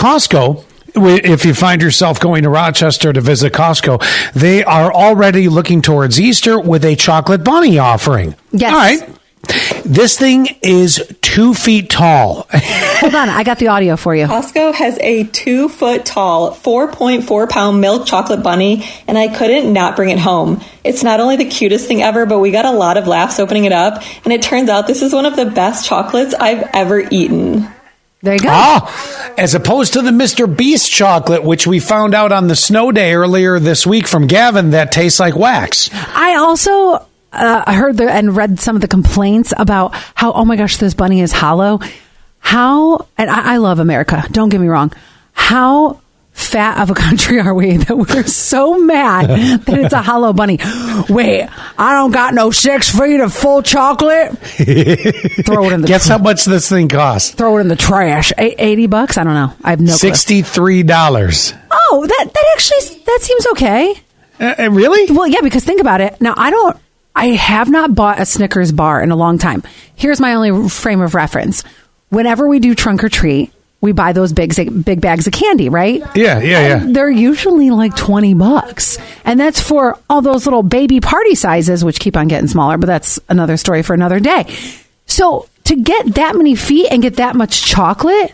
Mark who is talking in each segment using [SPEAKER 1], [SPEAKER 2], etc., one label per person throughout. [SPEAKER 1] Costco, if you find yourself going to Rochester to visit Costco, they are already looking towards Easter with a chocolate bunny offering.
[SPEAKER 2] Yes.
[SPEAKER 1] All right. This thing is two feet tall.
[SPEAKER 2] Hold on, I got the audio for you.
[SPEAKER 3] Costco has a two foot tall, 4.4 pound milk chocolate bunny, and I couldn't not bring it home. It's not only the cutest thing ever, but we got a lot of laughs opening it up, and it turns out this is one of the best chocolates I've ever eaten.
[SPEAKER 2] There you go.
[SPEAKER 1] Ah, as opposed to the Mr. Beast chocolate, which we found out on the snow day earlier this week from Gavin, that tastes like wax.
[SPEAKER 2] I also uh, heard the, and read some of the complaints about how, oh my gosh, this bunny is hollow. How, and I, I love America, don't get me wrong. How fat of a country are we that we're so mad that it's a hollow bunny? Wait, I don't got no six feet of full chocolate. throw it in the
[SPEAKER 1] Guess how much this thing costs?
[SPEAKER 2] throw it in the trash. A- Eighty bucks? I don't know. I have no clue.
[SPEAKER 1] Sixty-three dollars.
[SPEAKER 2] Oh, that that actually that seems okay.
[SPEAKER 1] Uh, really?
[SPEAKER 2] Well, yeah, because think about it. Now, I don't, I have not bought a Snickers bar in a long time. Here's my only frame of reference. Whenever we do trunk or treat, we buy those big, big bags of candy, right?
[SPEAKER 1] Yeah, yeah, yeah.
[SPEAKER 2] They're usually like 20 bucks. And that's for all those little baby party sizes, which keep on getting smaller, but that's another story for another day. So to get that many feet and get that much chocolate,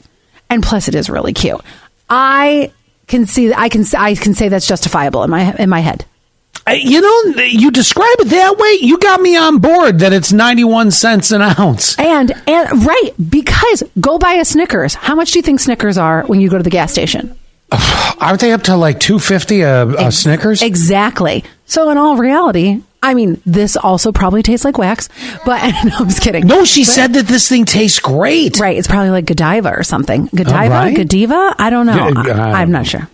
[SPEAKER 2] and plus it is really cute. I can see, I can, I can say that's justifiable in my, in my head.
[SPEAKER 1] Uh, You know, th- you describe it that way. You got me on board that it's ninety-one cents an ounce.
[SPEAKER 2] And and right because go buy a Snickers. How much do you think Snickers are when you go to the gas station?
[SPEAKER 1] Aren't they up to like two fifty a, a Snickers?
[SPEAKER 2] Exactly. So in all reality, I mean, this also probably tastes like wax. But no, I'm just kidding.
[SPEAKER 1] No, she
[SPEAKER 2] But-
[SPEAKER 1] said that this thing tastes great.
[SPEAKER 2] Right, it's probably like Godiva or something. Godiva,
[SPEAKER 1] Oh, right.
[SPEAKER 2] Godiva. I don't know.
[SPEAKER 1] Yeah, uh,
[SPEAKER 2] I, am not sure.